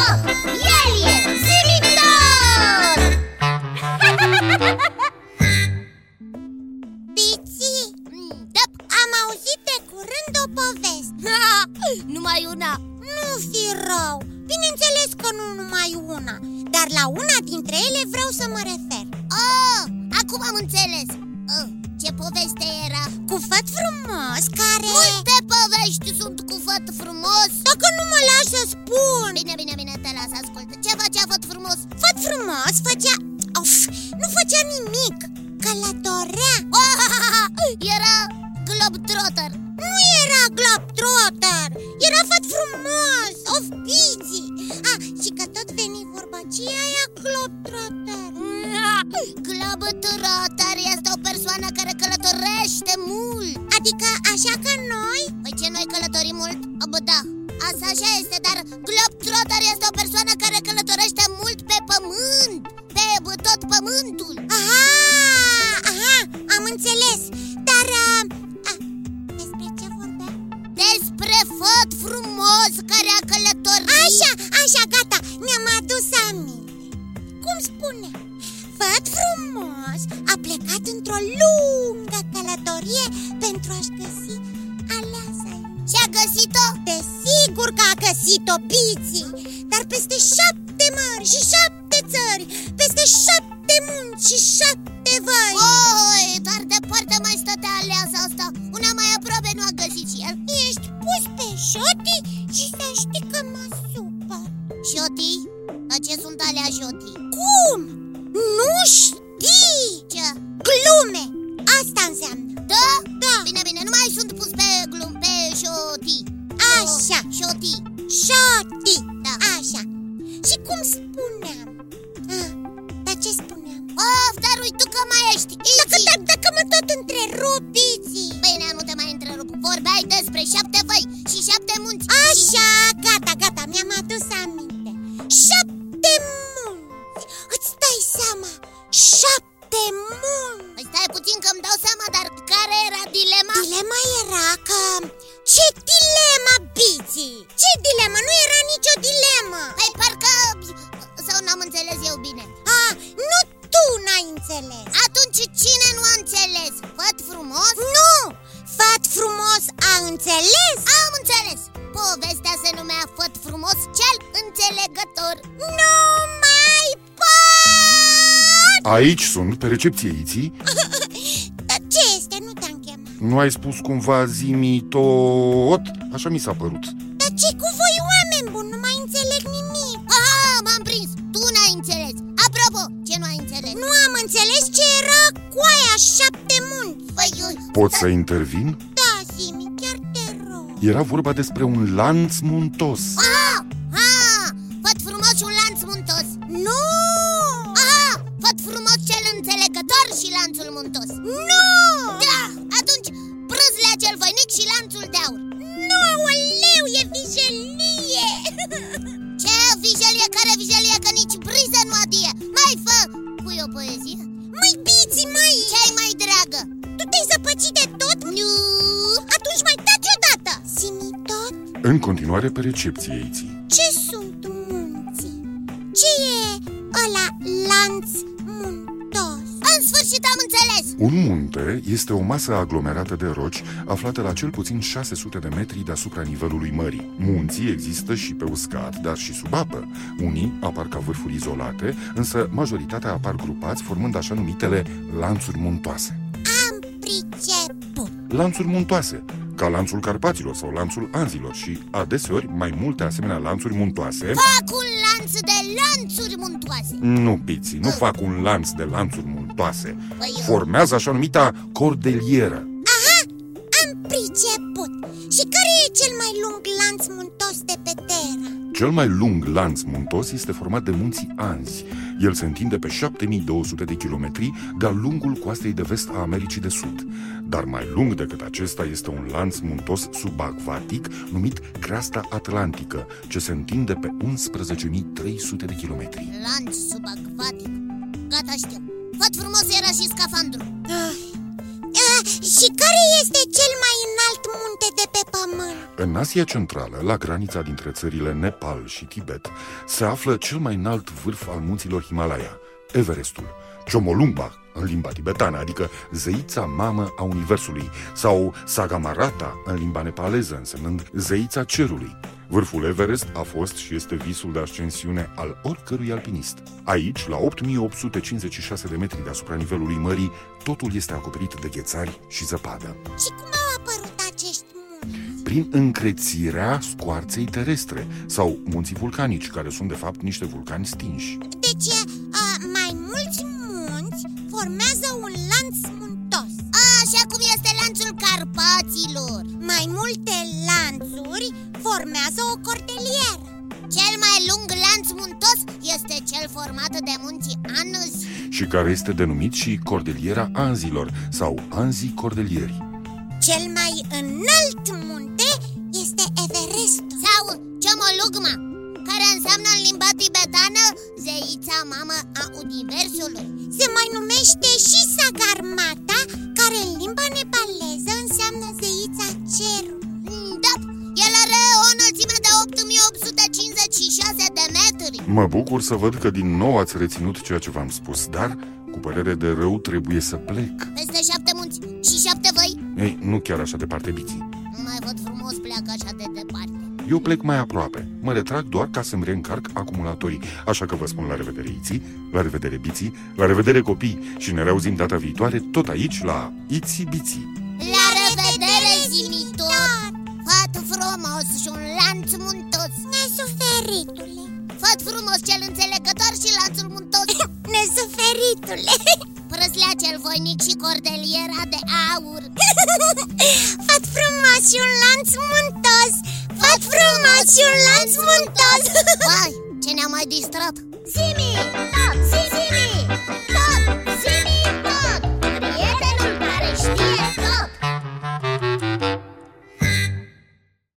Da, poveste Numai una Nu fi rău Bineînțeles că nu numai una Dar la una dintre ele vreau să mă refer oh, Acum am înțeles oh, Ce poveste era? Cu făt frumos care... Multe povești sunt cu făt frumos Dacă nu mă lași să spun Bine, bine, bine, te las, ascultă Ce făcea făt frumos? Făt frumos făcea... Of, nu făcea nimic Călătorea Oh, era globetrotter Nu era globetrotter Era făt frumos Of, busy ah, Și că tot veni vorba Ce e aia globetrotter? Globetrotter este o persoană care călătorește mult Adică așa ca noi? Păi ce noi călătorim mult? Bă, da, asta așa este, dar Globetrotter este o persoană care călătorește mult pe pământ Pe bă, tot pământul Aha, aha, am înțeles Dar, uh, a, despre ce vorbeam? Despre făt frumos care a călătorit Așa, așa, gata, mi-am adus aminte Cum spune? Făt frumos a plecat într-o lungă călătorie pentru a-și găsi aleasa Și a găsit-o? Desigur că a găsit-o biții Dar peste șapte mări și șapte țări Peste șapte munți și șapte văi Oi, dar departe mai stătea aleasa asta Una mai aproape nu a găsit și el Ești pus pe șotii și să știi că mă supăr Șotii? Dar ce sunt alea șotii? Cum? Nu știi? Ce? Glume! Asta înseamnă Da? Da, Bine, bine, nu mai sunt pus pe glum, pe șotii așa, Șotii șotii Da. Așa Și cum spuneam? Ah, dar ce spuneam? Of, dar uite tu că mai ești Dacă, Easy dacă, dacă mă tot întrerupiți Bine, nu te mai întrerup Vorbeai despre șapte văi și șapte munți Așa, gata, gata, mi-am adus aminte Șapte munți Îți dai seama? Șapte munți Păi stai puțin că îmi dau seama, dar care era dilema? Dilema era că... Ce dilema, Biții? Ce dilemă? Nu era nicio dilemă Păi parcă... Sau n-am înțeles eu bine A, nu tu n-ai înțeles Atunci cine nu a înțeles? Făt frumos? Nu! Fat frumos a înțeles? Am înțeles! Povestea se numea Făt frumos cel înțelegător Nu mai pot! Aici sunt, pe recepție, Iții. Dar ce este? Nu te-am chemat Nu ai spus cumva zimi tot? Așa mi s-a părut. Dar ce cu voi oameni buni? Nu mai înțeleg nimic Aha, m-am prins! Tu n-ai înțeles! Apropo, ce nu ai înțeles? Nu am înțeles ce era cu aia șapte munți Păi, eu... Pot să intervin? Da, Simi, chiar te rog Era vorba despre un lanț muntos. Ah! Ah! Făt frumos și un lanț muntos Nu! Ah! Făt frumos cel înțelegător și lanțul muntos Nu! Da! Atunci, prâzlea cel voinic și lanțul de aur Nu, oleu, e vijelie! Ce vijelie, care vijelie, că nici briză nu adie Mai fă, pui o poezie Măi, biții, măi! Ce-ai mai dragă? Tu te-ai zăpăcit de tot? Nu! Atunci mai taci odată! Simi tot? În continuare, pe recepție, Iții. Ce sunt munții? Ce e ăla lanț muntos? În sfârșit am înțeles Un munte este o masă aglomerată de roci aflată la cel puțin 600 de metri deasupra nivelului mării. Munții există și pe uscat, dar și sub apă. Unii apar ca vârfuri izolate, însă majoritatea apar grupați, formând așa numitele lanțuri muntoase. Am priceput! Păi. lanțuri muntoase, ca lanțul Carpaților sau lanțul Anzilor și, adeseori, mai multe asemenea lanțuri muntoase. Fac un lanț de lanțuri muntoase Nu, Piții, nu fac un lanț de lanțuri muntoase. Păi, eu- Formează așa numita cordelieră. Aha! Am priceput! Și care e cel mai lung lanț muntos de pe Terra? Cel mai lung lanț muntos este format de munții Anzi. El se întinde pe 7200 de kilometri de-a lungul coastei de vest a Americii de Sud. Dar mai lung decât acesta este un lanț muntos subacvatic numit Creasta Atlantică, ce se întinde pe 113.300 de kilometri. Lanț subacvatic Gata, știu Făt frumos era și scafandru Ah. Ah, și care este cel mai înalt munte de pe pământ? În Asia Centrală, la granița dintre țările Nepal și Tibet, se află cel mai înalt vârf al munților Himalaya, Everestul, Chomolungma, în limba tibetană, adică zeița mamă a Universului, sau Sagamarata, în limba nepaleză, însemnând zeița cerului. Vârful Everest a fost și este visul de ascensiune al oricărui alpinist. Aici, la 8856 de metri deasupra nivelului mării, totul este acoperit de ghețari și zăpadă Și cum au apărut acești munți? prin încrețirea scoarței terestre sau munții vulcanici, care sunt de fapt niște vulcani stinși. Deci, a, mai mulți munți formează un lanț muntos Așa cum este lanțul Carpaților Mai multe lanțuri formează o cordelieră Cel mai lung lanț muntos este cel format de munții Anus și care este denumit și Cordeliera Anzilor sau Anzii Cordelierii. Cel mai înalt munte este Everestul sau Chomolugma Care înseamnă în limba tibetană zeița mamă a universului Se mai numește și Sagarmata, care în limba nepaleză înseamnă zeița cerului Mm, Da, el are o înălțime de 8856 de metri Mă bucur să văd că din nou ați reținut ceea ce v-am spus, dar cu părere de rău trebuie să plec. Peste șapte munți și șapte văi Ei, nu chiar așa departe, Bichi. Nu mai văd frumos pleacă așa de departe Eu plec mai aproape. Mă retrag doar ca să-mi reîncarc acumulatorii. Așa că vă spun la revedere, Iții, la revedere, Biții, la revedere, copii și ne reauzim data viitoare tot aici la Iții Biții. La revedere, zimitor! Făt frumos și un lanț muntos Nesuferitule, Făt frumos cel înțelegător și lanțul muntos nesuferitule Prăslea cel voinic și cordeliera de aur Fat frumos și un lanț muntos Fat frumos și un lanț muntos Vai, ce ne-a mai distrat Zimi!